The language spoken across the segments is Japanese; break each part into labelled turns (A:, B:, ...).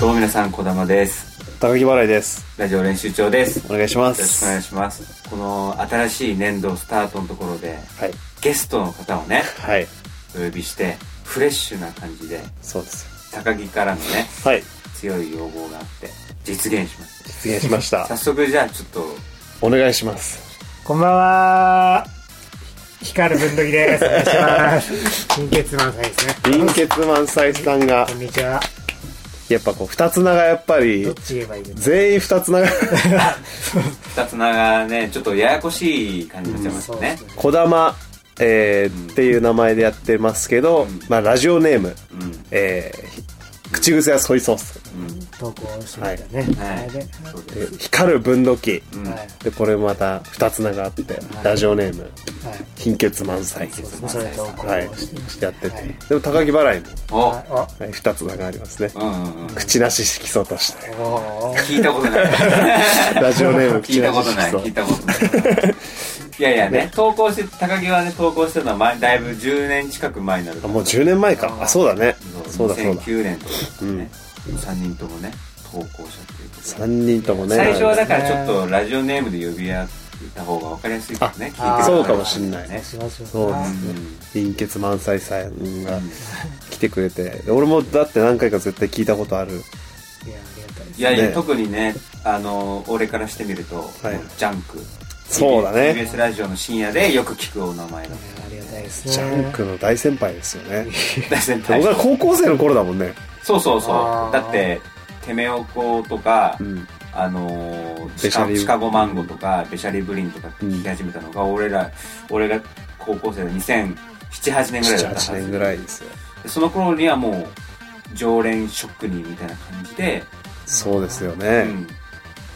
A: どうも皆さん、こだまです。
B: 高木払いです。
A: ラジオ練習長です。
B: お願いしま
A: よろしく
B: す。
A: お願いします。この新しい年度スタートのところで、
B: はい。
A: ゲストの方をね、
B: はい。
A: お呼びして、フレッシュな感じで、
B: そうです
A: 高木からのね、
B: よ。はい。
A: 強い要望があって、実現しました。
B: 実現しました
A: 早。速じゃあちょっと、
B: お願いします。
C: こんばんは。光るぶんどぎです。お願いします。金欠満載ですね。
B: 貧血満載スタミナ
C: こ。んにちは。
B: やっぱこう、二つ名がやっぱ
C: どっ
B: り、
C: ち言えばいいですか。
B: 全員二つ名 が、
A: 二つ名がね、ちょっとややこしい感じになっちゃいました
C: そうで
A: ね
C: す。ね。
B: こだま、えーっていう名前でやってますけど、まあ、ラジオネーム、
A: うん。
B: えー口癖はソイソース。
C: 投稿してみたね。
A: はい
C: あれで
A: そうです。
B: で光る分度器。
A: うん。
C: はい。
B: で、これもまた二つ名があって、ラジオネーム、
C: はい。
B: 貧血満載。
C: そうですね。それ投稿
B: はい
C: してまし。た。
B: やって
C: はい
B: て。でも、高木払いも、
A: お、
C: ああ
B: はい、二つ名がありますね。
A: うんうんうん。
B: 口なし色素として。
C: おー
A: 聞いたこと ない。
B: ラジオネーム
A: 聞いたことない、聞いたことない。 いやいやね、投稿して、高木はね、投稿してたのは前、だいぶ10年近く前になる
B: あ
A: から
B: もう10年前かあそうだねそうだそうだ
A: 2009年とかですね、3人ともね、投稿者っていうことで
B: 3人ともね
A: 最初はだからち
C: そ
A: ょ
C: う
A: っ
C: ですね
A: とラジオネームで呼び合った方が分かりやすいからね、聞いてくださ
C: あ
A: い
B: そうかもしんない
A: ね
C: しますよ
B: そうで
A: う
B: すね
A: ん
B: 貧血満載さんが来てくれてで俺もだって何回か絶対聞いたことある
C: いや、ありがたいです。
A: いやいや、
B: ね
A: 特にね、あの、俺からしてみると、
B: い
A: ジャンク。
B: そうだね
A: TBS ラジオの深夜でよく聞くお名前の
C: ありがたいですね。
B: ジャンクの大先輩ですよね
A: 大先輩
B: 僕。は高校生の頃だもんね
A: そうそうそ
C: あ
A: う。
C: ー
A: だって、テメオコとか、
B: ん
A: あのー、シ
B: ベシャ
A: カ
B: リ
A: シカゴマンゴとか、ベシャリブリンとか聞き始めたのが、俺ら、俺が高校生の2007、8年ぐらいだったは
B: 78
A: ず
B: 年ぐらいですよ
A: でその頃にはもう、常連職人みたいな感じで、
B: そうですよ
A: う
B: ね、
A: ん。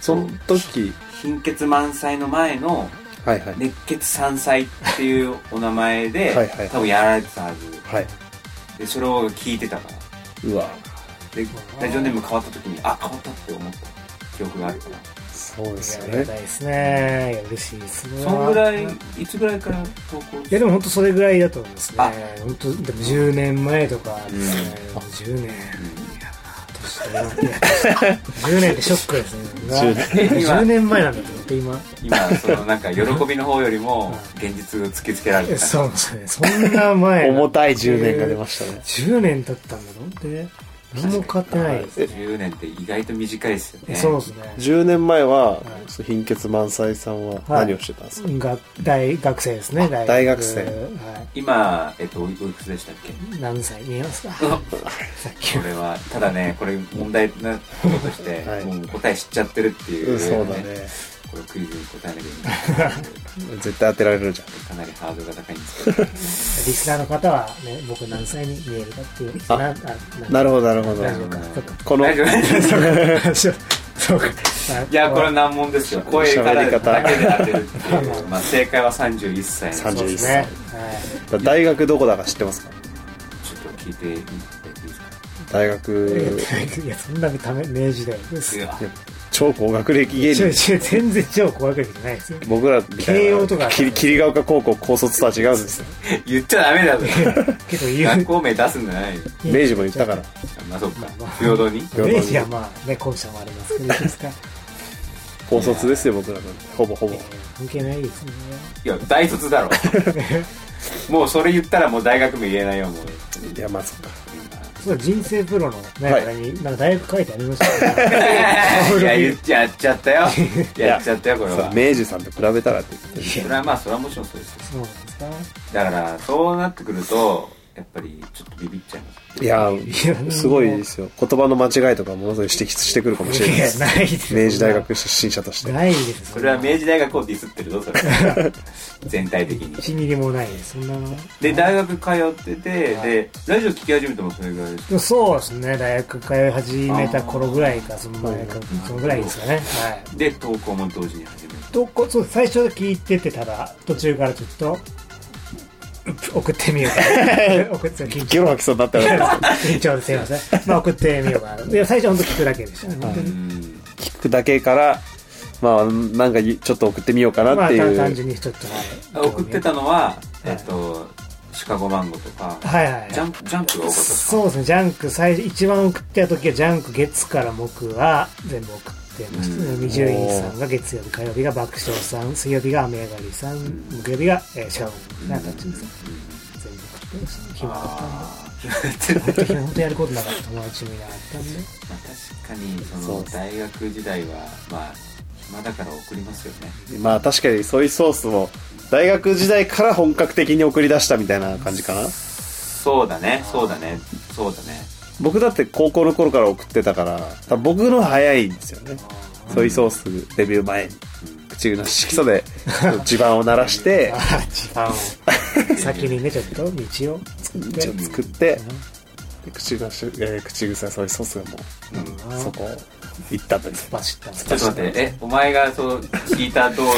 B: その時
A: 貧血満載の前の、
B: はいはい、
A: 熱血山菜っていうお名前で、
B: はいはい
A: 多分やられてたはず。
B: はい
A: で、それを聞いてたから。
B: うわ
A: で、ラジオネーム変わった時に、あ、変わったって思った記憶があるから。
B: そうですよ
C: いやありが
B: ね
C: たいですね。いや嬉しいですね。
A: そんぐらい
C: い、
A: いつぐらいから投稿
C: や、でも本当それぐらいだと思いますね
A: あ。
C: 本当でも10年前とかですね。
B: うん
C: 10年。年取りますね10年ってショックですね。
B: 10
A: 年
C: 今10年前なんだと思って今。
A: 今、そのなんか、喜びの方よりも、現実を突きつけられ
C: え
A: てた。
C: そうですね。そんな前。
B: 重たい10年が出ましたね
C: 10年経ったんだと思ってね。何も変わってないですね。
A: 10年って意外と短いですよ
C: え
A: ね。
C: そうですね。
B: 10年前は、
C: い
B: そう貧血満載さんは何をしてたんですか、
C: が大学生ですね。
B: 大学生
C: は
A: 今、えっと、おいくつでしたっけ
C: い。何歳見えますか
A: こ
C: さっき。
A: れは、ただね、これ問題なこととして、
B: はい
A: もう答え知っちゃってるっていう、
B: うんそうだね
A: これクイズに答えなきゃいけない。
B: 絶対当てられるじゃん
A: かなりハードルが高いんですけど。
C: リスナーの方はね、僕何歳に見えるかっていう。
B: あ
C: なあな
B: なるほどなるほど
C: 大丈夫か。そうか。
B: この
A: 大丈夫です
C: そうか。そうか。
A: いや、これは難問ですよ。声からだけで当てるっていう。まあ、正解は31歳の。
C: そう
B: 31
C: です
B: 歳
C: ね。はい。
B: 大学どこだか知ってますか
A: ちょっと聞いてみていいですか
B: 大学
C: いや、そんなため、明治だよ。
A: いや
B: 超高学歴芸
C: ちょ
B: 人
C: ちょ全然超怖くじゃないですよ。
B: 僕らみたいな
C: 慶応とか
B: き霧ヶ丘高校高卒とは違うんですよ
A: 言っちゃダメだぞ。
C: けど言
A: 学
C: う。
A: 校名出すんじゃないよ。
B: 明治も言ったから
A: まあ、そっか。平等に。
C: 明治はまあね、校舎もありますけど、いいですか。
B: 高卒ですよ僕らなんてほぼほぼ
C: 関係ないですね。
A: いや、大卒だろ。もうそれ言ったらもう大学名言えないよ、もう。
B: いやまあそっか
C: そう人生プロの、ね、
B: はい
C: あれに、なんか大学書いてありましたよね。
A: いや、言っちゃやっちゃったよ。やっちゃったよ、これ
B: さ
A: は。
B: 明治さんと比べたらって言って
A: それはまあ、それはもちろんそうですよ。
C: そうなんですか。
A: だから、そうなってくると、やっぱりちょっとビビっちゃいます。
B: いや
C: や
B: すごいですよ言葉の間違いとかものすごい指摘してくるかもしれない
C: い
B: で
C: や、
B: す
C: ないですよ
B: 明治大学出身者として
C: ないです。
A: それは明治大学をディスってるぞ、それは。全体的に。
C: 1ミリもないです。そんなの。
A: で、大学通ってて、で、ラジオ聞き始めてもそれぐらいです。
C: でもそうですね、大学通い始めた頃ぐらいか、その前か、そのぐらいですかね。はい。
A: で、投稿も同時に始める。
C: どこ、そう、最初聞いてて、ただ、途中からちょっと、う送ってみようかな。 送って、緊張
B: ゲロ吐きそうになったら
C: 緊張ですいません。まあ送ってみようかな。いや、最初本当聞くだけでしたね。本当に
A: うん。
B: 聞くだけからまあなんかちょっと送ってみようか
C: ま
B: な
C: あ、
B: ってい
C: 単
B: う
C: 単純にちょっと、はい。
A: 送ってたのは、えっと、シカゴマンゴとか、
C: はいはい
A: ジャンプ、ジャンプが多かったですか
C: そうですねジャンク最一番送ってた時はジャンク月から木は全部送ってました
A: う
C: 伊集院さんが月曜日火曜日が爆笑さん水曜日が雨上がりさん木曜日が、えー、シャオンな感じですね全部送ってました暇だったな
A: ああ、決まって
C: 本
A: る。
C: 当に本当やることなかった友達もいなかったんで
A: まあ 確かに、そ
B: そう
A: の、大学時代は、まあ、暇だから送りますよね。
B: まあ確かにソイソースを大学時代から本格的に送り出したみたいな感じかな
A: そうだね、そうだね、そうだね。
B: 僕だって高校の頃から送ってたから多分僕の早いんですよねソイソースデビュー前に口の色素 で地盤を鳴らして
C: ああ時間を先にねちょっと道を作って
B: 一応作ってで口のし、えー口癖はソイソースがも
A: うん
B: うそこ行ったという
C: バシッ
A: ちょっと待って、え、お前がそう、引いた道路を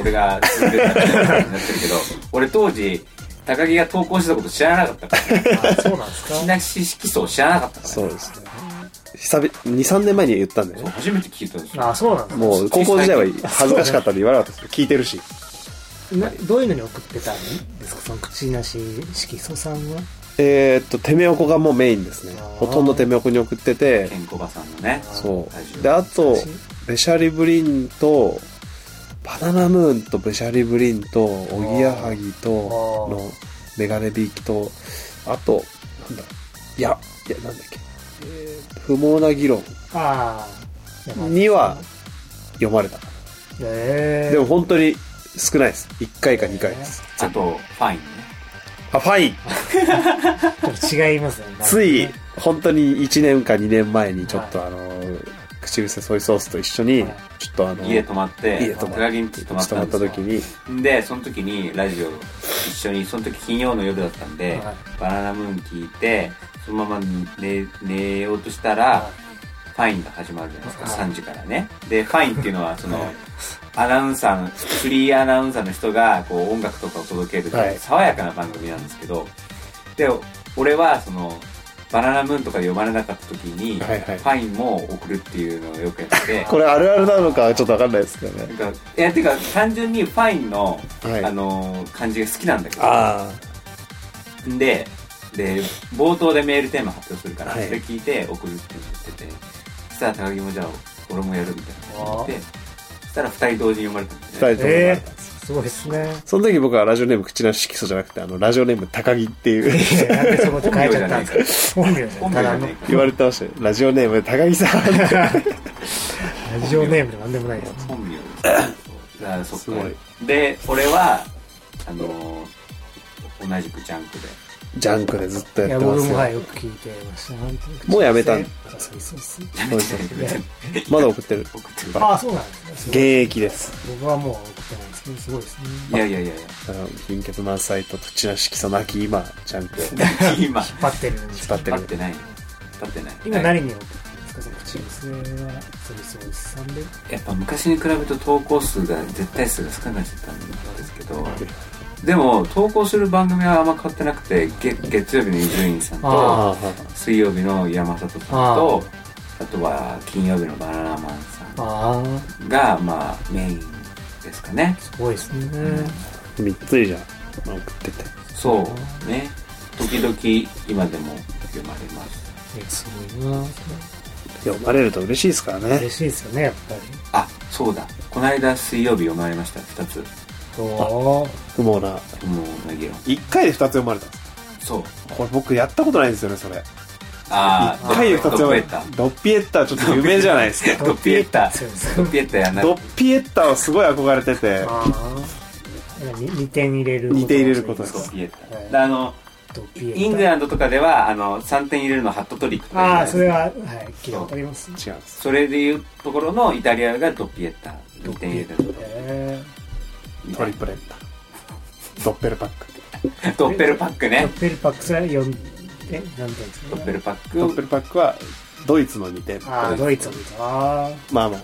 A: 俺が進んでたみたいな感じになってるけど、 俺当時、高木が投稿してたこと知らなかったから、 ね、
C: あそうなんですか
A: 木梨色素を知らなかったから、
B: そう
A: ね、
B: ですね久々23年前に言ったんだよ
A: そう
B: ね
A: 初めて聞いたんですよ。
C: あそうなんですか
B: もう高校時代は恥ずかしかったんで言わなかったですけど聞いてるし
C: などういうのに送ってたんですかその口なし色素さんは
B: えーっとてめおこがもうメインですね
C: あー
B: ほとんどてめおこに送ってて
A: ケンコバさんのね。大
B: そ
A: 丈夫
B: うであと
C: 私
B: ベシャリブリンとバナナムーンとベシャリブリンとおぎやはぎと
C: あー
B: のメガネビーキとあとなんだいやいやなんだっけ、えー不毛な議論
C: ああ
B: には読まれたか
C: え
B: な
C: え
B: でも本当に少ないです1回か2回です
A: あと、ファインね。
B: あファイン
C: ちょっと違いますね
B: つい本当に1年か2年前にちょっとあの口癖ソイソースと一緒に
C: はい
B: ちょっとあの
A: 家泊まって、
B: 家泊まって
A: 高木んち泊まった
B: 泊ま
A: んで
B: っ
A: す
B: た
A: よ
B: 時に
A: でその時にラジオ一緒にその時金曜の夜だったんで、
C: はい
A: バナナムーン聞いてそのまま寝寝ようとしたら、
C: は
A: ファインが始まるじゃないですか、
C: はい
A: 3時からねでファインっていう のはその、アナウンサーのフリーアナウンサーの人がこう音楽とかを届ける、
B: はい
A: 爽やかな番組なんですけどで俺はそのバナナムーンとかで呼ばれなかった時に、
B: はいはい
A: ファインも送るっていうのをよくやって て
B: これあるあるなのかちょっとわかんないですけどね
A: なんか、いや、てか、単純にファインの、
B: はい
A: あのー感じが好きなんだけ
B: あ
A: ど。で、で、冒頭でメールテーマ発表するから、
B: はい
A: それ聞いて送るって言ってて、そしたら高木もじゃあ、俺もやるみたいな感じで、そしたら二人同時に読まれたん
B: あ
A: だ
B: 2
A: よね。
B: 人とも呼ばれ
C: え
B: たんです
C: ー、すごいですね
B: その時僕はラジオネーム口なし色素じゃなくてあのラジオネーム高木っていう
C: いやなんでそこで変えちゃったんですか 本名じゃ
A: 本名
C: ない
A: じ
C: た
A: ゃ
C: だ
A: ね
C: の
A: え
B: 言われてましたよラジオネーム高木さん
C: ラジオネームでなんでもないです
A: か。本名です。だ からそっ
B: す
A: か。で、俺は、あのー同じくジャンクで。
B: ジャンクでずっと
C: い
B: や
C: や
B: ってま
C: 僕
B: す
C: も
B: よ
C: はいよく聞いてました本当に
B: もうやめたん
C: そうそうそう
B: そうです
C: いや
B: まだ送ってる
A: 送って
C: ああそうなんです
B: 現
C: ね
B: 役です
C: 僕はもう送ってないんですけどすごいです
A: い
C: ね
A: やいやいやいや。
B: あの貧血満載と口なし色素なき今ジャンクを
A: 今、
C: 引っ張ってるんで
B: 引っ
C: す
B: 張って
C: けど
A: 立っ
B: る
A: てない。立ってない。
C: 今何に送ってるんですかその口癖はそうそうさんで
A: やっぱ昔に比べると投稿数が絶対数が少なくなっちゃったんですけどでも投稿する番組はあんま変わってなくて月月曜日の伊集院さんと
C: あ
B: ああ
A: 水曜日の山里さんとあとは金曜日のバナナマンさ
C: ああ
A: んがまあメインですかね
C: すごいですね。
B: 3つ以上送ってて
A: そうね時々今でも読まれます
C: えすごいな。
B: 読まれると嬉しいですからね
C: 嬉しいですよね、やっぱり。
A: あそうだこの間水曜日読まれました2つ
C: お
B: 不毛な
A: 「もうなぎろ
B: 1回で2つ読まれたんです」
A: そう
B: これ僕やったことないんですよねそれ
A: ああ
B: 1回で2つ読まれたドッピエッタはちょっと有名じゃな いですか
A: ドピエッタ
C: そうです
A: ドピエッタやんな
B: ドッピエッタはすごい憧れてて、
C: ああ。に二点入れる。
B: 二点入れることです
A: そうピエッタ
C: はい
A: であの
C: ドッピエッタ
A: イングランドとかではあの3点入れるのハットトリックとか
C: ああ、それ
A: は
C: は、はい、聞いたことあります。
B: 違うんです。
A: それでいうところのイタリアがドピエッタ
C: ド
A: 2
C: ッピ
A: 点入
C: エ
A: れ
C: ッ
A: た
C: タ
A: とこ
C: え
A: み
B: ト
A: た
B: リ
A: い
B: プレッタ。ドッペルパック。
A: なドッペルパック
C: ード
A: ね
C: ッペルパックスは四え、何点です
A: ド
C: か
A: ッペルパック
B: ド
A: を
B: ッペルパックはドイツの2点。
C: ああ、ドイツを見た。あ
B: まあまあ、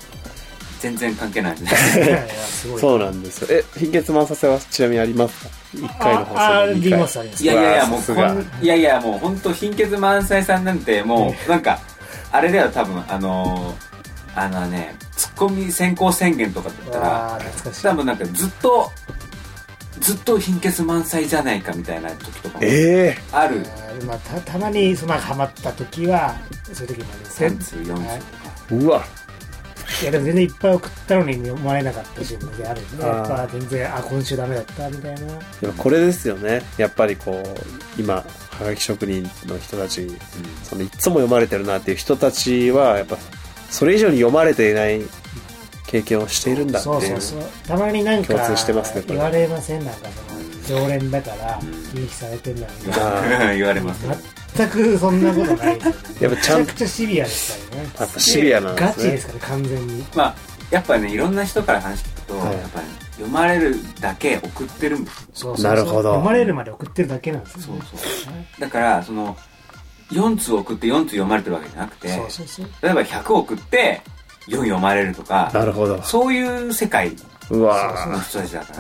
A: 全然関 係ないね
C: あ。いやいやすごい。。
B: そううなんですよ。え、貧血満させはちなみにありますか ?1 回の放送
C: ああ、
B: 二
C: リ
B: 回
C: モスありま
A: い
C: す。
A: やいやいや
B: うわ
A: もう
B: さす
A: こ
B: が
A: んいやいやもう本当貧血満載さんなんてもうなんかあれでは多分あのーあのねツッコミ先行宣言とかだったら
C: ああ、懐かしい。
A: 多分なんかずっとずずっと貧血満載じゃないかみたいな時とかも
B: ええ
A: ある
C: うんまあ、たたまにそのハマった時はそういう時もあります
A: 3通4通と
C: はい
A: か
B: うわ
C: いやでも全然いっぱい送ったのに思われなかった自分であるんで
B: あー
C: やっぱ全然あ今週ダメだったみたいな
B: でもこれですよねやっぱりこう今はがき職人の人たちそのいつも読まれてるなっていう人たちはやっぱそれ以上に読まれていない経験をしているんだってい
C: そううそうそうたまになんか
B: 共通してますねこれ
C: 言われませんなんかその常連だから利益されてんだみたいな
B: あ
A: うん 言われますね
C: 全くそんなことないです
B: やっぱ
C: よめ
B: ち
C: ち
B: ゃん
C: ゃくちゃシビアですからね
B: やっぱシビアなんですね
C: ガチですから完全に
A: まあやっぱねいろんな人から話聞くと、
B: は
A: や
B: い
A: っぱり読まれるだけ送ってるんです
C: そうそうそう
B: なるほど
C: 読まれるまで送ってるだけなんですよ、ね、
A: だからその4通送って4通読まれてるわけじゃなくて
C: そうそうそう
A: 例えば100送って4読まれると
B: あな
A: か
B: るほど
A: そういう世界
B: う
A: の
B: わ
A: 人たちだか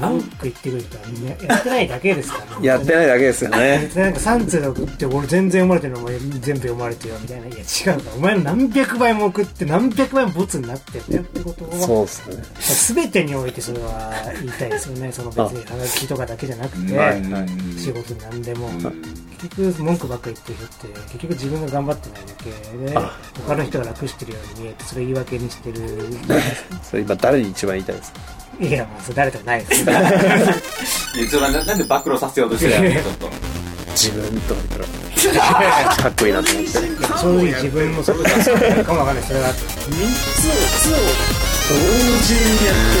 A: ら
C: 文句言ってくる人はみんなやってないだけですから、ね、
B: やってないだけですよね
C: でなんか3通で送って俺全然読まれてるのも全部読まれてるよみたいないや違うからお前の何百倍も送って何百倍もボツになってるよってことを
B: そうですね
C: 全てにおいてそれは言いたいですよねその別にハガキとかだけじゃなくて、
B: はい
A: うん
B: はい
C: 仕事何でも、
A: うん
C: 結局文句ばっか言ってる人って結局自分が頑張ってないだ
B: あ
C: けで他の人が楽してるように見えてそれ言い訳にしてる
B: それ今誰に一番言いたいですか
C: いやまあそれ誰とかないです
A: いやそれはななんで暴露させようとしてるのちょっと
B: 自分とか言ったら かっこいいなと思って
C: 正直自分 もそうだったかもわかんないそれは
B: 3つを同時にやってる3本同時そう3本同時そう3本同時そう3本同時そう3本3本3本3本3本3本3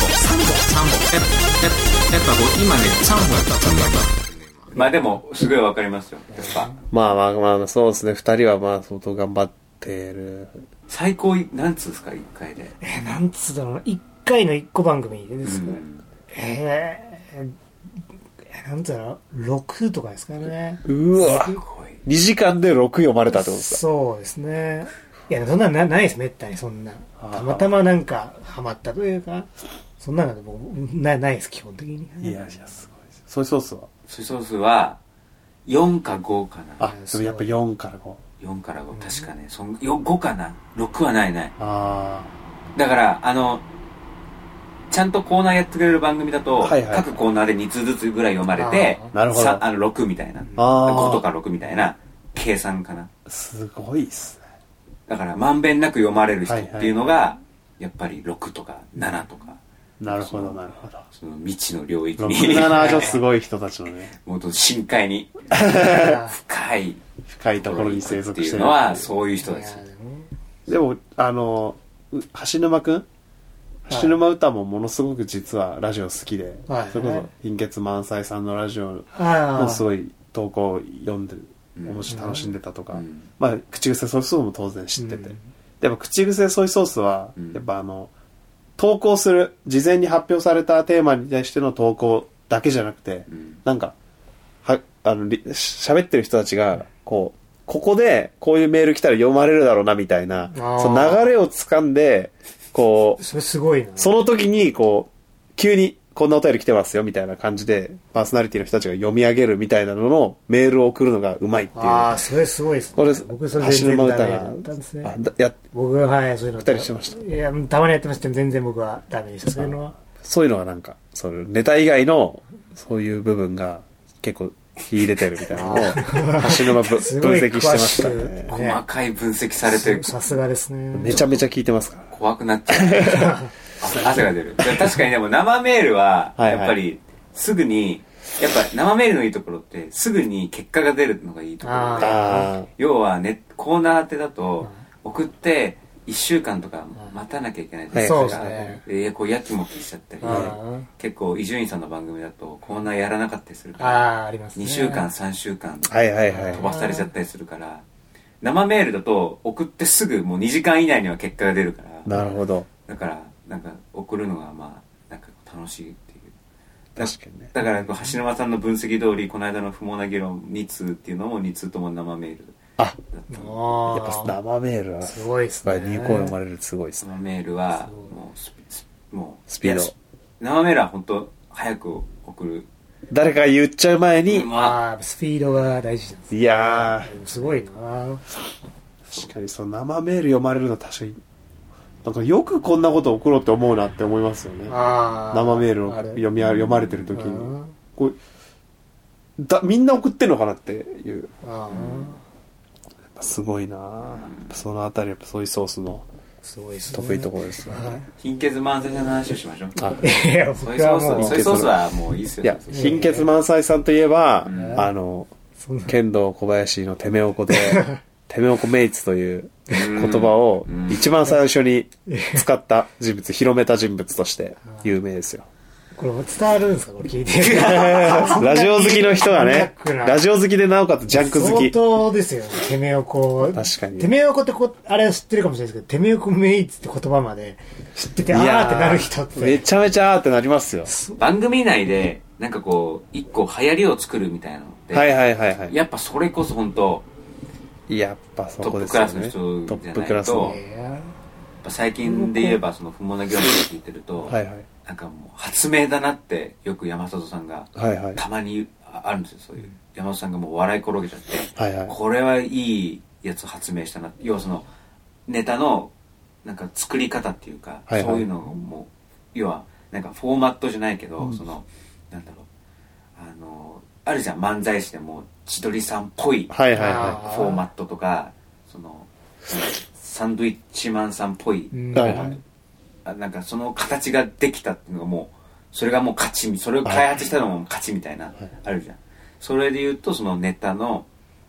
B: 本3本ええやっぱ今ね3本やった
A: まあでもすごいわかりますよやっぱ
B: まあまあまあそうですね2人はまあ相当頑張ってる
A: 最高い何通ですか1回で
C: え なんつうだろうな1回の1個番組でです
A: う
C: ね、
A: ん
C: えーえなんつうの6とかですかね。
B: うわ
A: すごい
B: 2時間で6読まれたってことですか
C: そうですね。いや、そんなのなないです、めったにそんな。
B: あ
C: たまたまなんか、ハマったというか、そんなの僕、なないです、基本的に。
B: いやいやすごいですソイソースは
A: 水素数は4か5かな
B: あでもやっぱ4から5
A: 4から5確かねそんよ5かな6はないない
B: ああ
A: だからあのちゃんとコーナーやってくれる番組だと、
B: はいはい
A: 各コーナーで2通ずつぐらい読まれて
B: あーなるほど
A: さあの6みたいな
B: あー
A: 5とか6みたいな計算かな
B: すごいっすね。
A: だからまんべんなく読まれる人っていうのが、やっぱり6とか7とか
B: なるほど、なるほど。
A: その未知の領域に
B: 67はちょっとすごい人たちの ね、
A: もっと深海に深い
B: 深いところに生
A: って
B: 息し
A: い
B: て
A: う
B: る
A: のはそういう人
C: い
A: で
C: や
A: す
C: でも
B: でも、あの、う橋沼くん
C: はい
B: 橋沼歌もものすごく実はラジオ好きで、
C: はい
B: それこそ貧血満載さんのラジオ
C: あ
B: もす
C: あ、
B: ごい投稿を読んでる、
A: うん
B: 面白い楽しんでたとか、
A: うん
B: まあ、口癖ソイソースも当然知ってて、
C: うん
B: でも口癖ソイソースは
A: うん、
B: やっぱあの、投稿する、事前に発表されたテーマに対しての投稿だけじゃなくて、
A: うん
B: なんか、は、あの、りし喋ってる人たちが、こう、ここで、こういうメール来たら読まれるだろうな、みたいな、
C: ー
B: その流れをつかんで、こう、
C: それすごいな。
B: その時に、こう、急に、こんなお便り来てますよ、みたいな感じで、パーソナリティの人たちが読み上げるみたいなのの、メールを送るのがうまいっていう。
C: ああ、それすごいです、ね。
B: これ、
C: 僕、それ全
B: 橋
C: 然
B: 沼
C: ダ
B: 歌
C: メ
B: が
C: だったんです、
B: あ
C: ね。
B: だや、
C: 僕は、はい、そういうの。
B: たりしてました
C: いや、たまにやってましたけど、全然僕はダメでした。そういうのは。
B: そういうのはなんか、そのネタ以外の、そういう部分が、結構、秀でてるみたいなのを、橋沼ぶ
C: す
B: 分
C: ごい
B: 析してました
C: 詳し
B: ね
C: く。
A: 細かい分析されて
C: さすがですね。
B: めちゃめちゃ聞いてますから。
A: 怖くなっちゃうあ汗が出る確かにでも生メールは
B: はいはい
A: やっぱりすぐにやっぱ生メールのいいところってすぐに結果が出るのがいいところで
C: あ
B: あ
A: 要はねコーナー当てだと送って1週間とか待たなきゃいけないじゃないで
B: はいはい
A: すか
C: そうで
A: えーこうやきもきしちゃったり
C: あ
A: 結構伊集院さんの番組だとコーナーやらなかったりする
C: あ
A: から
C: ああ、ありますね。
A: 2週間3週間
B: あ。はいはいは
A: 飛
B: い。
A: ばされちゃったりするから生メールだと送ってすぐもう2時間以内には結果が出るから
B: なるほど。
A: だからなんか送るのがまあなんか楽しいっていう
B: 確かにね。
A: だからこう橋沼さんの分析通りこの間の不毛な議論2通っていうのも2通とも生メール
B: あ、
A: だったの
C: あ
B: や
C: あ
B: っぱ生メールは、
C: すごいですね。
B: 2個読まれるってすごいですね。
A: 生メールは
C: そう
A: もうスピスもう
B: スピー
A: い
B: ド
A: やス生メールは本当早く送る
B: 誰かが言っちゃう前に、
A: まあ、
C: ああ、スピードが大事なんです
B: いや
C: ねすごいな
B: ー、確かにその生メール読まれるのは確かに、なんかよくこんなこと送ろうって思うなって思いますよね。
C: あー
B: 生メールを
C: あれ
B: 読みあ読まれてる時
C: う
B: に。
C: ん
B: こうだみんな送ってんのかなっていう。
C: ああ、
B: すごいなーやっぱそのあたり、やっぱソイソースの
C: すごいですね。
B: 得意ところですね。
C: は
A: 貧血慢性の話をしましょう。
B: あ
C: い。いや、僕
A: ソイソー
C: は
A: ス
C: も
A: は、
C: う
A: ソ、イソースはもういいっすよ。
B: いや、貧血満載さんといえば、
A: ん
B: あの、
C: そんな
B: 剣道小林のてめおこ で、てめおこメイツという言葉を
A: うん
B: 一番最初に使った人物、広めた人物として有名ですよ。
C: これ伝わるんですかこれ聞いてる。
B: ラジオ好きの人がね、
C: ジャックな
B: ラジオ好きでなおかつジャンク好
C: 相
B: き。
C: 当ですよね。てめおこ。
B: 確かに
C: てめおこってこ、あれは知ってるかもしれないですけど、てめおこメイツって言葉まで知ってて、あーってなる人っ
B: いやーめ
C: て。
B: ちゃめちゃあーってなりますよ。
A: 番組内で、なんかこう、一個流行りを作るみたいなのって、
B: はいはいはいは
A: やっぱそれこそ本当
B: い。やっぱそ
A: ト
B: こ
A: ッ
B: で
A: プ
B: す
A: ク
B: よ
A: ラスの
B: ね。
A: 人
B: ト
A: じ
B: ッ
A: ゃ
B: プ
A: な
B: ク
A: い
B: ラスの
A: と、
C: い
A: やっ
C: や
A: ぱ最近で言えばその不毛な業務を聞いてると、
B: はいはい。
A: なんかもう発明だなってよく山里さんが
B: はいはい。
A: たまにああるんですよそういう山里さんがもう笑い転げちゃって、
B: はいはい。
A: これはいいやつ発明したな要はそのネタのなんか作り方っていうか、
B: はいはい
A: そういうのをもう要はなんかフォーマットじゃないけど、そのなんだろうあのあるじゃん漫才師でも千鳥さんっぽい
B: はいはいは
A: フォーマットとかそのサンドイッチマンさんっぽい、
C: うん
B: い。はいはい。
A: あなんかその形ができたっていうのがもうそれがもう勝ちみそれを開発したのも勝ちみたいな、あるじゃんそれで言うとそのネタの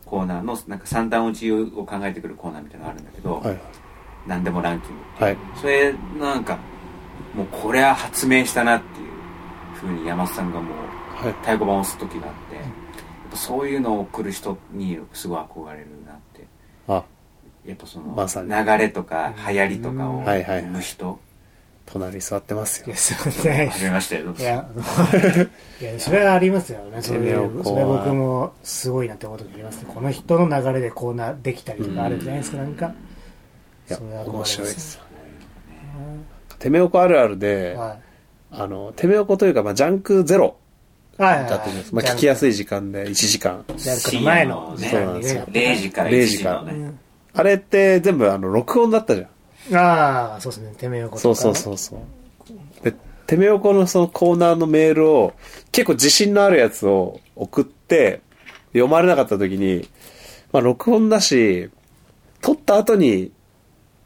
A: コーナーのなんか三段落ちを考えてくるコーナーみたいなのがあるんだけど、
B: はい
A: 何でもランキング
B: はい。はい。
A: それなんかもうこれは発明したなっていうふうに山里さんがもう
B: はい
A: 太鼓判を押す時があってやっぱそういうのを送る人にすごい憧れるなって
B: あ、
A: やっぱそ
B: まさに
A: の流れとか流行りとかを
B: はいはいはい
A: 生む人
B: 隣座ってます
C: い
B: よ
C: や、。そうね
A: 始。めましたよ
C: いや、 いや、それはありますよ ね。それ
B: てめお
C: そ
B: こ
C: れ
B: は
C: 僕もすごいなって思う時ありますね。この人の流れでこうな、できたりとかあるじゃないですか、なんか。
B: いや、
C: それは
B: 面白いですよね。てめおこあるあるで、
C: は
B: あの、てめおこというか、まあ、ジャンクゼロ
C: い。はいはい
B: だったじゃないですか。
C: は
B: ま
C: い。
B: あ、聞きやす
C: い。
B: い時間で1時間。
C: ジャンクの前の時
A: ね
B: そう
C: 間
B: なん
C: に
B: ですよ
C: ね。
A: 0時から1
B: 0時
A: 時
B: から
A: のね
B: あれって全部、あの、録音だったじゃん。
C: ああ、そうですね。てめえのこと
B: そうそう
C: う。
B: そうそう。で、てめおこのそのコーナーのメールを、結構自信のあるやつを送って、読まれなかった時に、まあ、録音だし、撮った後に、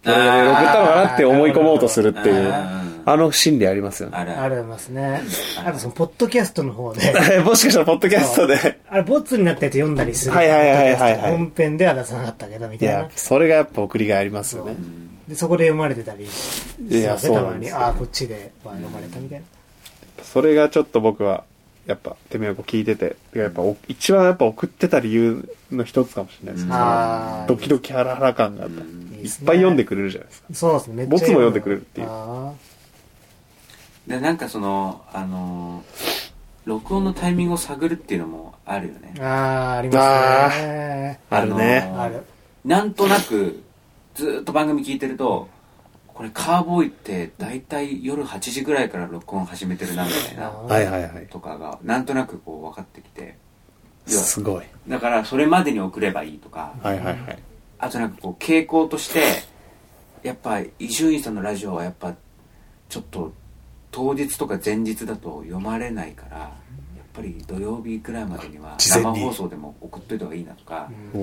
B: 俺が送ったのかなって思い込もうとするっていう、
A: あー
B: あの心理ありますよね。
A: あれ
C: ありますね。あとその、ポッドキャストの方で。
B: もしかしたら、ポッドキャストで。
C: あれ、ボツになったやつ読んだりする。
B: はいはいはいはいはい
C: 本編では出さなかったけど、み
B: い
C: たい
B: や
C: な、。
B: それがやっぱ送りがありますよね。
C: で、そこで読まれてたりしますね。
B: いやそう
C: た
B: な
C: ま
B: んです
C: に。
B: よ
C: ああ、こっちでまあ読まれたみたいな。
B: それがちょっと僕は、やっぱ、てめえこ聞いてて、てかやっぱお、一番やっぱ送ってた理由の一つかもしれないですね。
C: ああ。
B: ドキドキハラハラ感があった。いっ
C: い
B: ぱい読んで
C: く
B: くれるじゃないですか。
C: そうですね。めっちゃ
B: ボツも読んでくれるっていう
C: あ
A: でなんかそのあのー録音のタイミングを探るっていうのもあるよね
C: ーあー、ありますね。
B: あるね。
A: ー
C: ある。
A: なんとなくずーっと番組聞いてるとこれカーボーイって大体夜8時ぐらいから録音始めてるなみたいな
C: あー
B: はいはいはい。
A: とかがなんとなくこう分かってきて要は
B: すごい。
A: だからそれまでに送ればいいとか
B: はいはいはい。
A: あとなんかこう傾向としてやっぱ伊集院さんのラジオはやっぱちょっと当日とか前日だと読まれないからやっぱり土曜日くらいまでには
B: 事
A: 生
B: 前に
A: 放送でも送っといた方がいいなとか
C: ん
B: お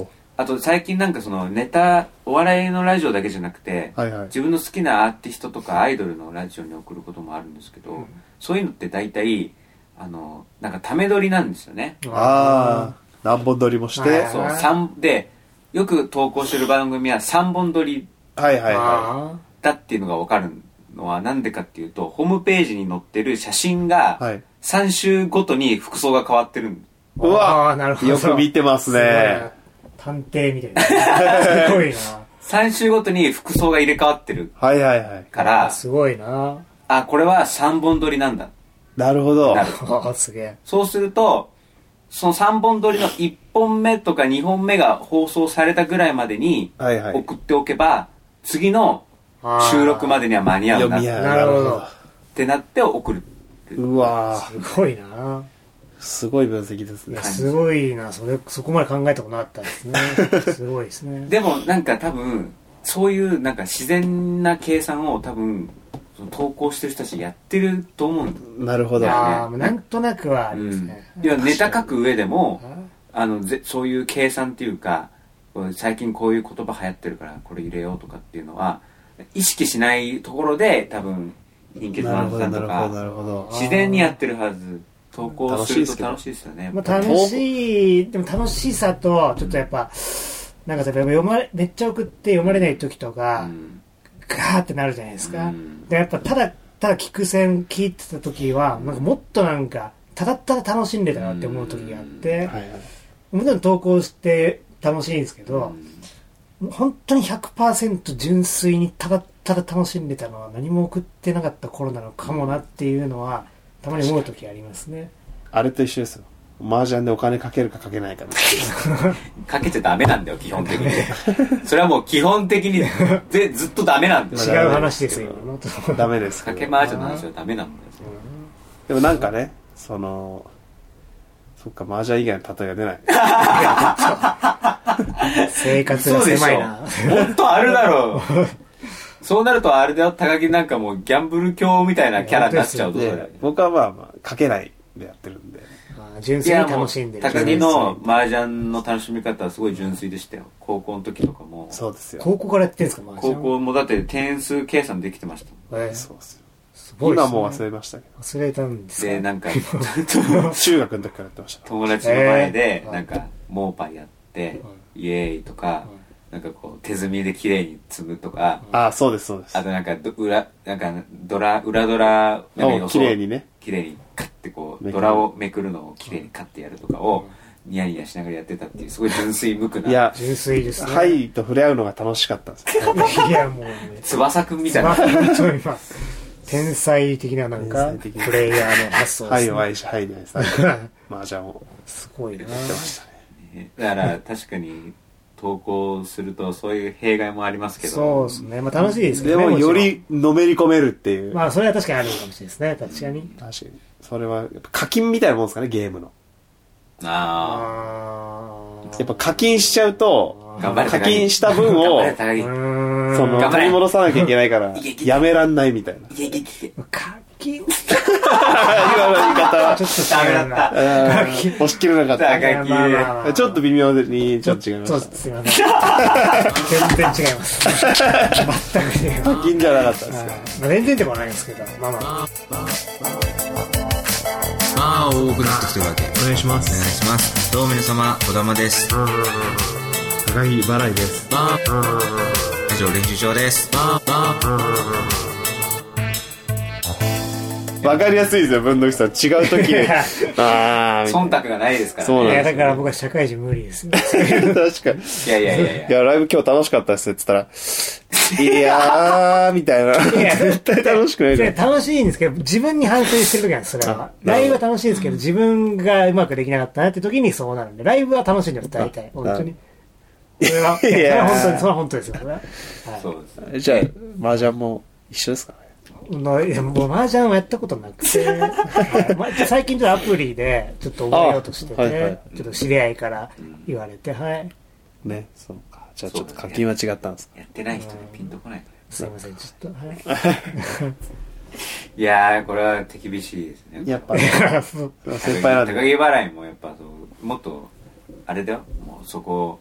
B: お
A: あと最近なんかそのネタお笑いのラジオだけじゃなくて
B: はいはい。
A: 自分の好きなアーティストとかアイドルのラジオに送ることもあるんですけどそういうのって大体あのなんかため撮りなんですよね
B: ああ、何本撮りもして。
C: はい
A: そう三でよく投稿してる番組は3本撮り
B: はいはいは
C: あ
A: だっていうのが分かるのはなんでかっていうとホームページに載ってる写真
B: は
A: が
B: い
A: 3週ごとに服装が変わってるん
B: うわ
C: あーなるほど
B: よく見てますね。
C: すごいな探偵みた いな。すごいな。
A: 3週ごとに服装が入れ替わってる
B: い。はいはいはい。
A: から
C: すごいな。
A: あこれは3本撮りなんだ
B: なるほど。
A: なる
C: ああ、すげえ。
A: そうするとその3本撮りの1本目とか2本目が放送されたぐらいまでに
B: はいはい
A: 送っておけば次の収録までには間に合う
B: 読
A: なっ
B: み合う。
C: なるほど
A: てなって送る
B: うわ
C: すごいな。
B: すごい分析ですね
C: や、すごいな、それ、そこまで考えたことなかったで すね。すごいですね。
A: でもなんか多分そういうなんか自然な計算を多分その投稿してる人たちやってると思うんだ
B: なるほ
C: い
B: ど
C: やーなんとなくはあり
A: う
C: ます
A: ん
C: ね。
A: いやネタ書く上でも
C: あ
A: あのぜそういう計算っていうかこう最近こういう言葉流行ってるからこれ入れようとかっていうのは意識しないところで多分人気の
B: なる
A: 漫
B: ほ
A: 画
B: ど
A: さ
B: なるほどな
A: と
B: るほど
A: か自然にやってるはず投稿すると楽
B: 楽
A: しいですよね
C: まあ、楽しい、でも楽しさと、ちょっとやっぱ、なんか例えば読まれ、めっちゃ送って読まれない時とか、
A: うん
C: ガーってなるじゃないですか。
A: うん
C: で、やっぱただ、ただ聞く線聞いてた時は、なんかもっとなんか、ただただ楽しんでたなって思う時があって、
B: はいはい
C: もちろん投稿して楽しいんですけど、本当に100%純粋にただただ楽しんでたのは何も送ってなかった頃なのかもなっていうのは、たまに思う時ありますね。
B: あれと一緒ですよ麻雀でお金かけるかかけないかみたい
A: かけちゃダメなんだよ基本的にそれはもう基本的に ぜずっとダメなんだよ
B: ま
C: 違
B: だ
C: う話ですよ、今のとこ
B: な
C: ろ
B: ダメですけ
A: か
B: ど
A: け麻雀の話はダメなんだよ
B: でもなんかねそのそっか麻雀以外の例えが出ない
C: 生活が狭いな。
A: もっとあるだろうそうなるとあれだよ高木なんかもうギャンブル狂みたいなキャラになっちゃうぞそれ
B: で僕はまあまあかけないでやってるんで
C: まあ純
A: い
C: 粋
A: や
C: に
A: もう
C: 楽しんでる。
A: 高木の麻雀の楽しみ方はすごい純粋でしたよ高校の時とかも
B: そうですよ
C: 高校からやってんすか、マ
A: 高校もだって点数計算できてましたもん
C: えー
B: そうですよ
C: すごいっす
B: 今
C: ね
B: もう忘れましたけど
C: 忘れたんですか
A: でなん か
B: 中学の時からやってました
A: 友達の前で
C: えー
A: なんかモーパイやってイエーイとかなんかこう手摘みで綺麗に積むとか
B: ああそうですそうです
A: あとなんかど裏なんかドラ裏ドラなんか予
B: お
A: 想
B: 綺麗にね
A: 綺麗にカッてこう
B: めく
A: ド
B: る
A: ラをめくるのを綺麗にカッてやるとかをニヤニヤしながらやってたっていうすごい純粋無垢ない
B: や
C: 純粋ですね。
B: は。いと触れ合うのが楽しかったんですよ
C: いや、もうね。
A: 翼くんみたい
C: まあ
A: な
C: 本当にまあ天才的ななんか
B: 天才、的な
C: プレイヤーの発想
B: は
C: で
B: い
C: す
B: を
C: ね。
B: 愛しはいでですね麻雀を
C: すごいな。
B: やってましたね
A: だから確かに投稿するとそういう弊害もありますけど
C: そうですね。まあ楽しいですけ
B: で
C: どね。
B: も
C: ちろ
B: よ、
C: ん
B: りのめり込めるっていう
C: まあそれは確かにあるかもしれないですね。確かに。
B: 確かにそれはやっぱ課金みたいなもんですかねゲームの
A: あ
C: あー
B: やっぱ課金しちゃうと
A: 頑張れ
B: 課金した分
A: あ頑
B: を
A: 張れ高木
C: うーん
B: その
A: 頑張れ
B: 取り戻さなきゃいけないから
A: いけいけ
B: やめらんないみたいな
A: いけいけいけ
C: 課金
B: 今の言い方は
C: ちょっと
A: ダメ
C: 違
A: だ
C: う
A: っ
C: な。
A: た
B: あー押し切れなか
A: 高
B: った
A: 木
C: まあまあまあ
B: ちょっと微妙にちょっと違いま
C: そう
B: した
C: すいません全然違い ます全く違います
B: 課金じゃなかったですよ
C: まあ全然でもないですけどまあまあ
D: まあ多くなってきてるわけお願いしますお願いしますどうも皆様小玉です高木払いです以上練習場です
B: わかりやすいですよ文藤さん違う時でああみたい
A: 忖度がないですから
B: そう
C: い
B: なん
C: や
B: です
C: だから僕は社会人無理ですよ
B: な確かに
A: いやいやいやいや
B: いやライブ今日楽しかったですって言ったら「いやー」みたいな
C: や
B: 絶対楽しくない
C: そ
B: じゃ
C: れ
B: ん
C: 楽しいんですけど自分に反省してる時なんですそれは
B: な
C: ラ
B: るほ
C: イ
B: ど
C: ブは楽しいんですけど自分がうまくできなかったなって時にそうなるんでライブは楽しいんです大体本当にそれはそ
B: いや
C: れは本当にそれは本当ですよそれは
A: そうです
B: じゃあ麻雀も一緒ですかね
C: のいやもう麻雀はやったことな くて、はいま最近ちょっとアプリでちょっと覚えようとしてて、
B: あはいはい
C: ちょっと知り合いから言われて、はい、
B: ねそうかじゃあちょっと課金は違ったんですか
A: やってない人にピンとこないから
C: すいません、ちょっと、はい
A: いやーこれは手厳しいですね
B: やっぱね先輩なん
A: 高
B: で
A: 木払いもやっぱそうもっとあれだよもうそこを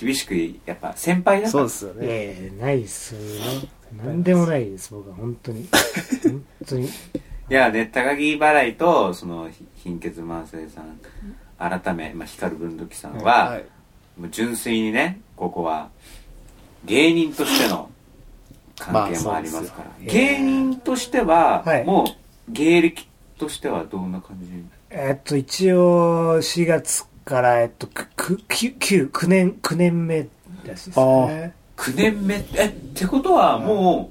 A: 厳しくやっぱ先輩だか
B: そう
A: ら
B: ですよ
C: い
B: ね
C: やいや、ないっすよ。なんでもないです、僕は、本当に。本当に。
A: いやで高木払いとそのひ貧血慢性さん改め、まあ、光文土器さんは、
B: はい
A: もう純粋にねここは芸人としての関係もありますから、
B: まあ
C: そうですよ
A: 芸人としては、
C: はい
A: もう芸歴としてはどんな感じ
C: えっと、一応、4月から、えっと、9、9、9年、9年目らしいですね。
A: 9年目えってことはも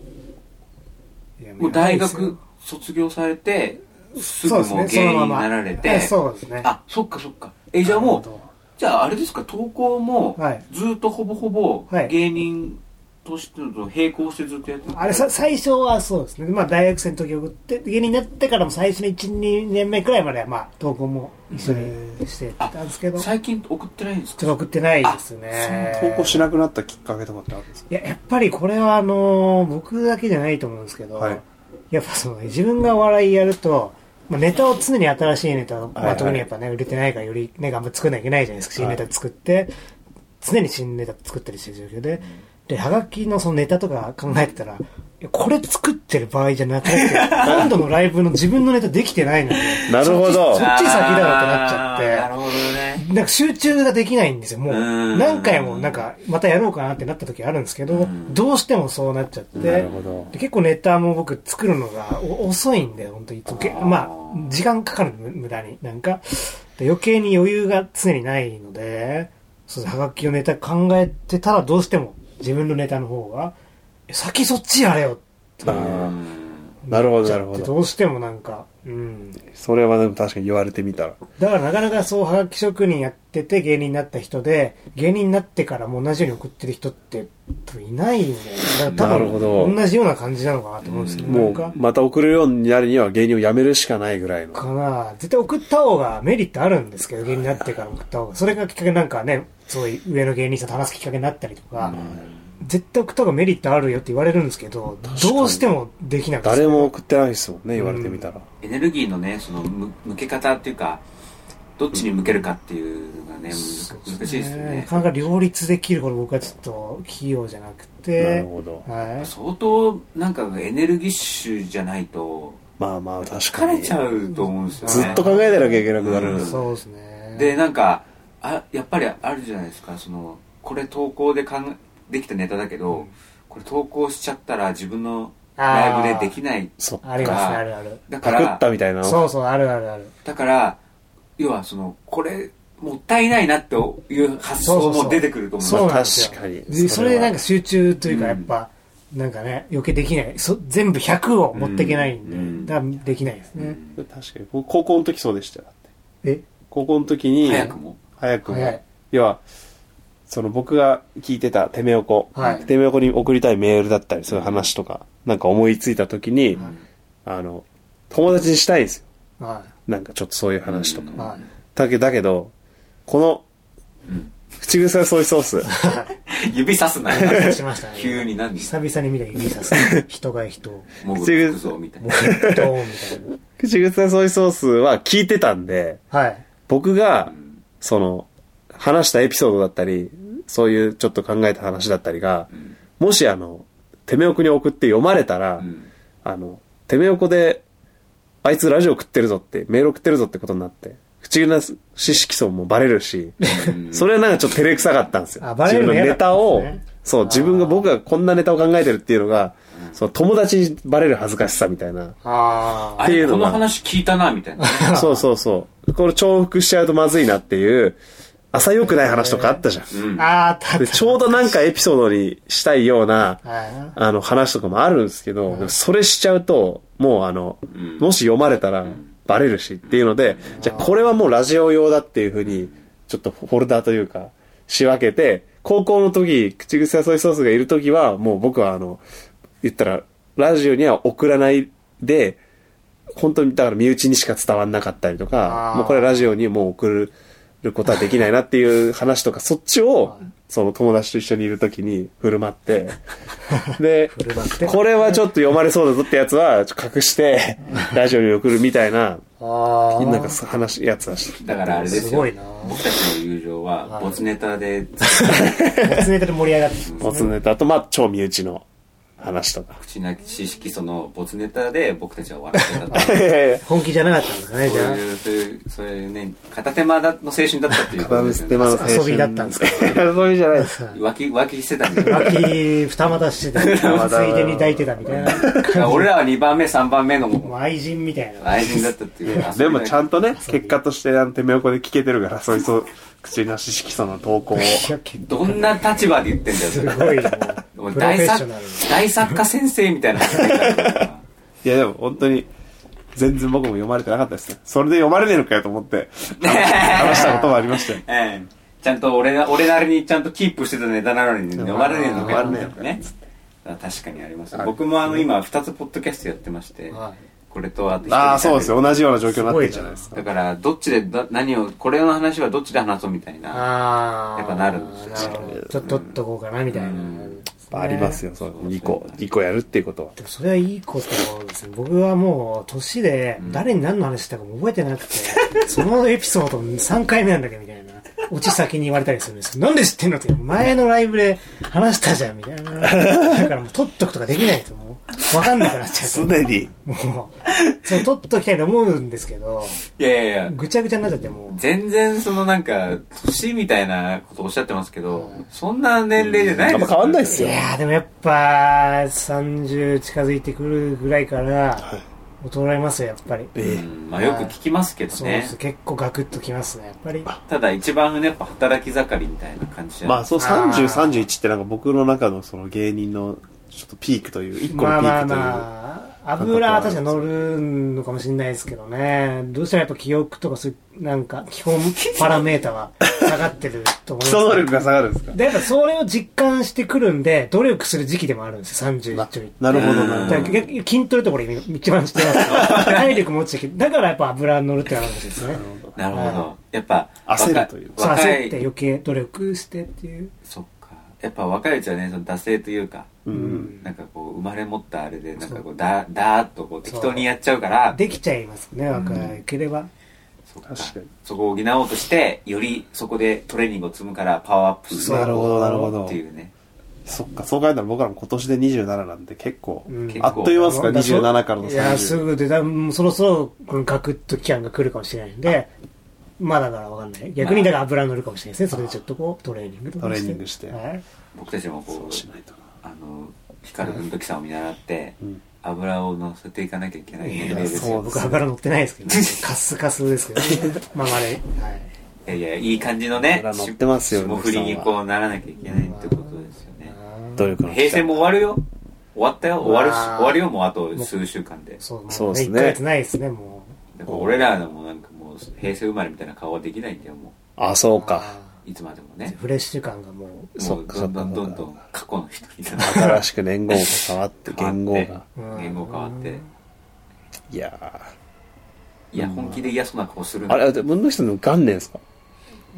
C: いや
A: う,、もう大学、卒業されてすぐ
C: そうです
A: も
C: ね
A: う芸人になられ
C: そのままえ
A: て
C: そうですね。
A: あそっかそっかえじゃあもうじゃああれですか投稿も
C: はい
A: ずっとほぼほぼ
C: はい
A: 芸人としてのと並行してずっとやってる
C: あれさ、最初はそうですね。まあ大学生の時送って、芸人になってからも最初の1、2年目くらいまではまあ投稿も一緒にしてたんですけど、ちょっ
A: 最近送ってないんですか
C: と送ってないですね。
B: 投稿しなくなったきっかけとかってあるんですか
C: いや、やっぱりこれはあのー僕だけじゃないと思うんですけど、
B: はい
C: やっぱその、自分がお笑いやると、まあ、ネタを常に新しいネタを、ま
B: は
C: あ、
B: い
C: 特にやっぱね、売れてないからよりね、頑張って作んなきゃいけないじゃないですか、新
B: は
C: ネ
B: い
C: タ作って、常に新ネタ作ったりしてる状況で、で、ハガキのそのネタとか考えてたら、いやこれ作ってる場合じゃな くて、今度のライブの自分のネタできてないので、
B: なるほど
C: そっち先だろうってなっちゃって。
A: あーなるほどね
C: なんか集中ができないんですよ、もう。
A: うん
C: 何回も、なんか、またやろうかなってなった時あるんですけど、どうしてもそうなっちゃって。
B: なるほど
C: で結構ネタも僕作るのがお遅いんで、本当に。けまあ、時間かかるむ無駄に。なんか、で余計に余裕が常にないので、そうですはがきのネタ考えてたらどうしても自分のネタの方が、え先そっちやれよ
B: あーなるほどなるほ
C: って
B: ど
C: どうしてもなんか、うん。
B: それはでも確かに言われてみたら
C: だからなかなかそう、はがき職人やってて芸人になった人で、芸人になってからも同じように送ってる人って多分いないんだよ。だから
B: なる
C: 多
B: ほど
C: 分同じような感じなのかなと思うんですけど、な
B: も
C: んか
B: う、また送るようになるには芸人を辞めるしかないぐらいの
C: かな絶対送った方がメリットあるんですけど、芸人になってから送った方が。それがきっかけなんかね、そういう上の芸人さんと話すきっかけになったりとか、絶対送った方がメリットあるよって言われるんですけど、どうしてもできなくて。
B: 誰も送ってないですもんね言われてみたら、
A: エネルギーのねそのむ向け方っていうかどっちに向けるかっていうのがね、むず難しいですよ
C: な
A: ね
C: かなか両立できること僕はちょっと器用じゃなく
B: な
C: て
B: る。ほど
C: はい。
A: 相当なんかエネルギッシュじゃないと
B: まあまあ確
A: 疲
B: か
A: れ
B: に
A: ちゃうと思うんですよね
B: ずっと考えてなきゃいけなくなる、
A: うん
C: そうですね。
A: でなんかあやっぱりあるじゃないですかそのこれ投稿で考えできたネタだけど、これ投稿しちゃったら自分のライブでできない
B: そう
C: ありますね、あるある。
A: だか
B: パク
A: ら
B: ったみたいな
C: そうそう、あるあるある。
A: だから要はそのこれもったいないなっていう発想も出てくると思います
C: そうなんですよ。
B: 確かに
C: で
B: そ
C: そ
B: れは
C: れでなんか集中というか、やっぱ、なんかね、余計できない。そ全部100を持っていけないんで、
A: うん
C: だからできないですね。
B: 確かに僕高校の時そうでしたよ
C: え
B: 高校の時に
A: 早くも
B: 早くも
C: 早い
B: 要はその僕が聞いてたテメオコ、
C: はい
B: テメオコに送りたいメールだったりそういう話とかなんか思いついた時に、
C: はい
B: あの友達にしたいんですよ
C: は
B: なんかちょっとそういう話とか、
C: い。はい。
B: だけだけどこの、口癖ソイソ ース
A: 指さすな。
C: 失礼しましたね
A: 急に何
C: 久々に見た指さす。人が人を。
A: もう吹くぞみ たいな
C: ドーンみたいな。
B: 口癖ソイソースは聞いてたんで
C: はい。
B: 僕が、その、話したエピソードだったり、そういうちょっと考えた話だったりが、もしあの、てめおくに送って読まれたら、
A: ん
B: あの、てめおこで、あいつラジオ食ってるぞって、メール送ってるぞってことになって、口なし色素もバレるし、それはなんかちょっと照れくさかったんですよ。
C: あバレる
B: 自
C: の
B: 分の
C: 嫌だ
B: ネ
C: った
B: タ
C: ん
B: を
C: ですね、
B: そう、自分が僕がこんなネタを考えてるっていうのが、その友達にバレる恥ずかしさみたいな。
C: あ
A: あ
B: ってい
A: れ
B: うの
A: こ
B: が
A: の話聞いたなみ たいな
B: そうそうそう。これ重複しちゃうとまずいなっていう、浅良くない話とかあったじゃん。
C: ー。あーあったあった。
B: でちょうどなんかエピソードにしたいような、
C: は
B: あの話とかもあるんですけど、それしちゃうと、もうあの、もし読まれたらバレるしっていうので、じゃあこれはもうラジオ用だっていうふうに、ちょっとフォルダーというか、仕分けて、高校の時、口癖ソイソースがいる時は、もう僕はあの、言ったら、ラジオには送らないで、本当にだから身内にしか伝わんなかったりとか
C: あ、ー
B: もうこれはラジオにもう送ることはできないなっていう話とか、そっちを、その友達と一緒にいる時に振る舞 って、で、
C: る舞って
B: これはちょっと読まれそうだぞってやつは、ちょっと隠 して、ラジオに送るみたいな、
C: い。ああ。
B: なんか話、やつはして
A: だからあれですよ
C: すごいな
A: 僕たちの友情はボツネタで
C: 熱ネタで盛り上がって
B: ボツネタと、まあ、超身内の話と か。
A: 口なき識そのボツネタで僕たちは笑ってた っていう
B: いやいや
C: 本気じゃなかったんですかね、
A: そう
C: じゃ
A: いう、そういう、そういうね、片手間だの青春だったっていうことですよね。
C: あ遊びだったんですか
B: 遊びじゃないです。
A: 浮気、浮気してたんだ
C: あ。
A: よ。
C: 秋、二股してた。ついでに抱いてたみたいな。
A: 俺らは2番目、3番目
C: も
A: の
C: う愛人みたいな。
A: 愛人だったっていう。
B: でもちゃん
A: と。
B: とね、結果として、あの、手目横で聞けてるから、そういう、そう、口なし色素の投 稿を。
C: いや結
A: どんな立場で言ってん
C: す
A: だよ。
C: ごいも
A: も
C: う
A: う
C: プロ
A: 大
C: フェッショ
A: 作
C: ナルな、
A: 大作家先生みたいな。
B: いや、でも本当に、全然僕も 読まれてなかったですね。それで読まれねえのかよと思って、話したこともありましたよ。
A: ええちゃんと俺が、俺なりにちゃんとキープしてたネタなのに、ね、終わらねえのかよ
B: 終わらねえのかよ
A: ね。だから確かにあります。僕もあの、今、二つポッドキャストやってまして、これとあと一人
B: ああ、そうですよ。同じような状況になってるじゃないですか。
A: だから、どっちでだ、何を、これの話はどっちで話そうみたいな。
C: ああ。
A: やっぱなるんですよ
C: なるほどちょっと取っとこうかな、みたいな。
B: ありますよ、そう。2個、2個やるっていうことは。
C: でもそれはいいことですね。僕はもう、年で、誰に何の話したかも覚えてなくて、 そのエピソード3回目なんだけど、みたいな。オチ先に言われたりするんですよなんで知ってんのって、前のライブで話したじゃん、みたいな。だからもう、取っとくとかできないと、もう、わかんなくなっちゃう。
B: すでに。
C: もう、そう、取っときたいと思うんですけど、
A: いやいやいや。
C: ぐちゃぐちゃになっちゃって、もう。
A: 全然そのなんか、年みたいなことおっしゃってますけど、そんな年齢じゃないです
B: あんま変わんないっす
C: い
B: よ。
C: やーでもやっぱ30近づいてくるぐらいから衰えますよやっぱり、
A: うんまあよく聞きますけど
C: そうで
A: ね
C: す。結構ガクッときますねやっぱり
A: ただ一番ね、やっぱ働き盛りみたいな感じじゃないで
B: まあ
A: す
B: そう、
C: あー
B: 30、31ってなんか僕の中のその芸人のちょっとピークという、一個
C: ま
B: の
C: あ
B: ピーク
C: まあ
B: という。
C: まあ油は確か乗るのかもしれないですけどねどうしてもやっぱ記憶とかそういうなんか基 本パラメータは下がってると思
B: 基
C: い
B: 礎能
C: ます
B: 力が下がるんですか
C: でやっぱそれを実感してくるんで努力する時期でもあるんですよ30ちょい
B: なるほどな
A: うん
B: る
C: だから逆に筋トレとか俺今一番し てますから体力も落ちてきてだからやっぱ油乗るって話ですね
A: なるほど。やっぱ、
B: 焦るという
C: そう
A: 若
C: 焦って
A: い、
C: 余計努力してっていう
A: そっか。やっぱ若いうちはね、その惰性というか、
B: ほど。うん。
A: なんかこう、生まれ持ったあれで、なんかこう、だ、だーっとこう、適当にやっちゃうから、
C: できちゃいますね若ければ、
A: そっか
B: 確かに
A: そこを補おうとして、よりそこでトレーニングを積むから、パワーアップする
B: なるほど、なるほど
A: って。いうね。
B: そっか、そう考えたら僕らも今年で27なんで結構
C: うん、
B: あっという間ですか、
C: だそ
B: 27からの
C: いやす
B: 30。
C: ぐでだもうそろそろこのガクッと期間が来るかもしれないんでまだだからわかんない逆にだから油乗るかもしれないですねそれでちょっとこうトレーニングとか
B: トレーニングして
C: はい
A: 僕たちもこう、
B: しないとな。
A: あの、光くんときさんを見習って
B: ん、
A: 油を乗せていかなきゃいけない年
C: い
A: 齢
C: や
A: です
C: そう
A: よ。
C: 僕油乗ってないですけど、ね、カスカスですけど、ね、まあまああれ、はい
A: いやいや、いい感じのね、
B: 油乗ってますよ
A: 霜降りにこうならなきゃいけないってことですよね。
B: 努力の
A: 平成も終わるよ。終わったよ。終わるし、
C: まあ
A: 終わるよ、もうあと数週間で。
C: そうも
B: そう
C: う
B: で
C: ね
B: す
C: 1
B: ね
C: ヶ月ないですねも
A: だから俺らのもうなんかもう、平成生まれみたいな顔はできないんだよ、も
B: あ、そう
C: う
B: か。
A: う。いつまでも
C: あー
A: ね。
C: フレッシュ感がも
A: も
B: そっ
A: う
B: か
A: どんどんど
B: そっか
A: んどん過去の人になって
B: 新しく年号が 変わって、言語
A: 変わ
B: が
A: っ。
C: うん
A: て言語変わって。
B: いや
A: いや、本気で嫌そうな顔するん
B: ー。あ
A: だ
B: れ、あれ文の人の元年ですか
C: う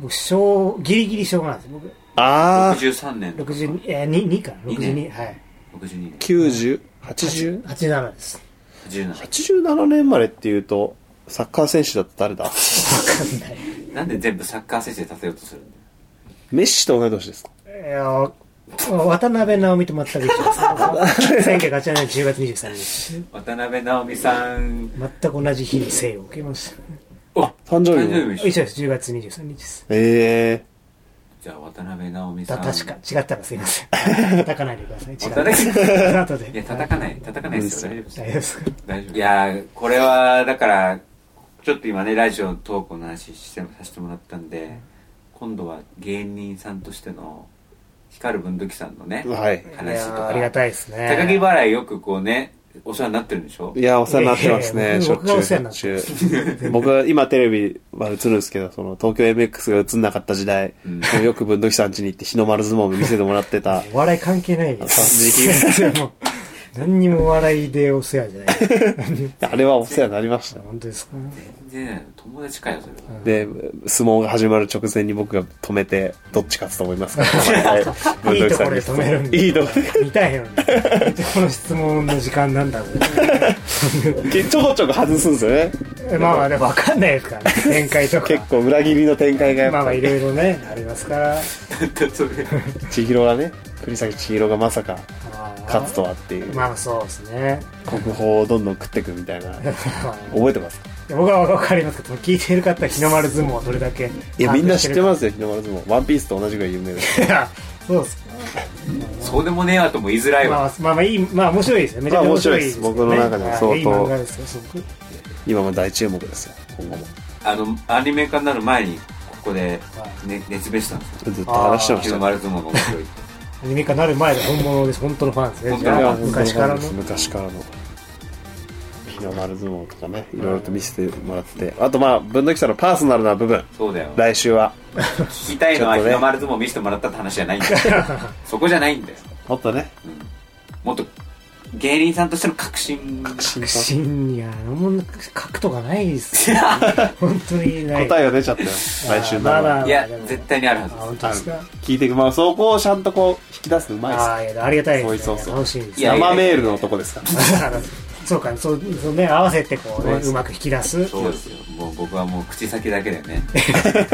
C: 僕小ギリギリ小5なんです僕
B: ああ、
A: 63年とか。
C: 62えー、2か
A: いいね
C: 62はい
A: 62年。
B: 90、80?
C: 87です
A: 87
B: 87年生まれっていうと、サッカー選手だと 誰だ
A: なんで全部サッカー選手で立てようとするんだよ。
B: メッシと同い年ですか
C: いやー渡辺直美と全く一緒です1987年10月23日
A: 渡辺直美さん、
C: 全く同じ日に生を受けまし
A: あ、
B: 誕生日
A: 誕生
B: も。
A: 日
C: た
A: 一緒
C: 一緒です10月23日です
B: ええ
A: じゃあ渡辺直美さ
C: だ
A: ん。
C: 確か。違ったらすいません叩かないでください
A: 叩か
C: 違う後で
A: いや、叩かない、叩かないですよ。大丈夫です
C: 大丈夫ですか
A: 大丈夫いやーこれはだからちょっと今ねラジオ投稿の話してさせてもらったんで今度は芸人さんとしての光る文土器さんのね
B: ー。はい。
A: 話と
C: いやー
A: か
C: ありがたいですね
A: 高木払いよくこうねお世話になってるんでしょ
B: いや、お世話になってます
C: いやい
B: ね。
C: や
B: しょっ
C: 僕
B: ちゅ
C: が
B: う、
C: お
B: し
C: 世話
B: ょ
C: にな
B: っ
C: っ
B: ちゅう。僕、今テレビは映るんですけど、その、東京 MX が映んなかった時代、よく文土器さん家に行って日の丸相撲を見せてもらって た。
C: お笑い関係ないで
B: 時
C: すもう何にもお笑いでお世話じゃない
B: あれはお世話になりました。
C: 本当ですか
A: 全然友達かよそれは
B: で、相撲が始まる直前に僕が止めて、どっち勝つと思い ますかはい文
C: いい
B: 土器
C: とこ
B: さ
C: ろ
B: んに
C: で止めるん
B: いいとこ
C: 見たいのにこの質問の時間なんだろう
B: でちょこちょこ外すんですよね。
C: まあまあでも分かんないですからね展開とか
B: 結構裏切りの展開がやっ
C: まあま
B: ぱ
C: あいろいろねありますから
A: だ ってそれ
B: 千尋がね栗崎千尋がまさか勝つとはっていう
C: まあそうですね
B: 国宝をどんどん食ってくみたいな覚えてますか
C: 僕は分かりますけど聞いてる方は日の丸相撲をどれだけ
B: いやみんな知ってますすよ日の丸相撲ワンピースと同じぐらい有名です
C: そうですか
A: そうでもねえわとも言いづらい
C: ま
A: わ
C: あまあまあいいまあ面白いですよめちゃくちゃ面白いですけどね
B: まあ面白いです僕の中では相当
C: はいいい漫画ですよすごく
B: 今も大注目ですよ今後も
A: あのアニメ化になる前にここで、ね、熱弁したんですよ
B: ずっと話してまし
A: 日
B: た
A: の
B: よ
A: 丸相撲が面白いって
C: アニメ化なる前で本物です本当のファンですね
A: 本
C: じ
A: 当のファン
C: ゃあ
B: いや
C: 昔からの
B: 本当に昔からの日の丸相撲とかね、いろいろと見せてもらって、あとまあ、ぶんどきさんのパーソナルな部分、
A: そうだよ
B: 来週は、
A: 聞きたいのは
B: ちょ
A: 日
B: っとね
A: の丸相撲見せてもらったって話じゃないん だよそこじゃないんだよ
B: もっとね、
A: もっと芸人さんとしての確信
B: 心
C: 確
B: 配
C: 信には何も書くとかないっすよ本当にない
B: 答
C: え
B: えが出ちゃったよ、来週な
C: まあまあ
B: ら。
C: まあ
A: いや
C: でも
A: 絶対にあるは
C: あ
A: ず
C: 本当ですか
B: 聞いていく、まあ、そこをちゃんとこう、引き出すのうまいです
C: ああいやありがたいです、
B: そう
C: ね、
B: そうそう
C: 楽しいです
A: いや
B: 生メールの男ですから。
C: そうかそうそうね合わせてこうね
B: そうです
C: うまく引き出す
A: そうですよもう僕はもう口先だけだよねね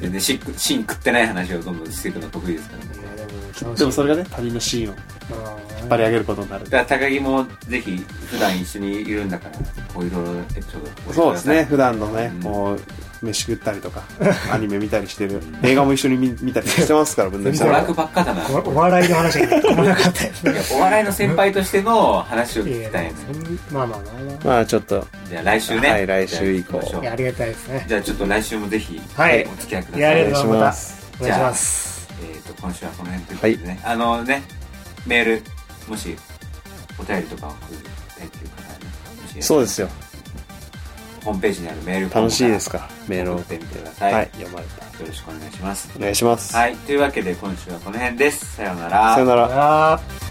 A: 全然し芯食ってない話をどんどんしていくの得意ですからね
C: いやでも楽しい
B: でもそれがね、他人のシーンを引
C: うん
B: っ張り上げることになる。
A: だから高木もぜひ普段一緒にいるんだからこういろいろエピソードを教えてください
B: そうですね、普段のね
A: うん、
B: もう、飯食ったりと か、アニメ見たりしてる、映画も一緒に見見たりしてますから、ぶんどきさ
A: 娯
B: ん
A: 楽
B: は。
A: ばっかだな
C: おお笑いの話が来なかったよ
A: いやお笑いの先輩としての話を
C: い
A: 聞
C: や
A: きたいね
C: そんまあまあまあま
B: まあ、ちょっと、
A: じゃあ来週ね
B: はい来週以降
A: じゃあ行きましょ
C: あ
A: う
C: いやありがたいですね
A: じゃあちょっと来週もぜひ
C: はい
A: お付き合いくだ
C: いや
A: さ
C: あ
A: い
C: り
B: り
C: が
B: がと
C: とう
B: うご
C: ご
B: ざいま
C: ざいま
B: すす
C: お願いします
A: えっ、と今週はこの辺ということでね、あのねメールもしお便りとかを送りたいという方はねもし
B: そうですよ。
A: ホームページにあるメールフォーム
B: 楽しいですから、メールを
A: 送
B: 送
A: っ
B: って
A: てみてください、
B: はい
A: よ、
B: 読まれた。
A: ろしくお願いします
B: お願いします。
A: はいというわけで今週はこの辺ですさようなら
B: さよなら。
C: あー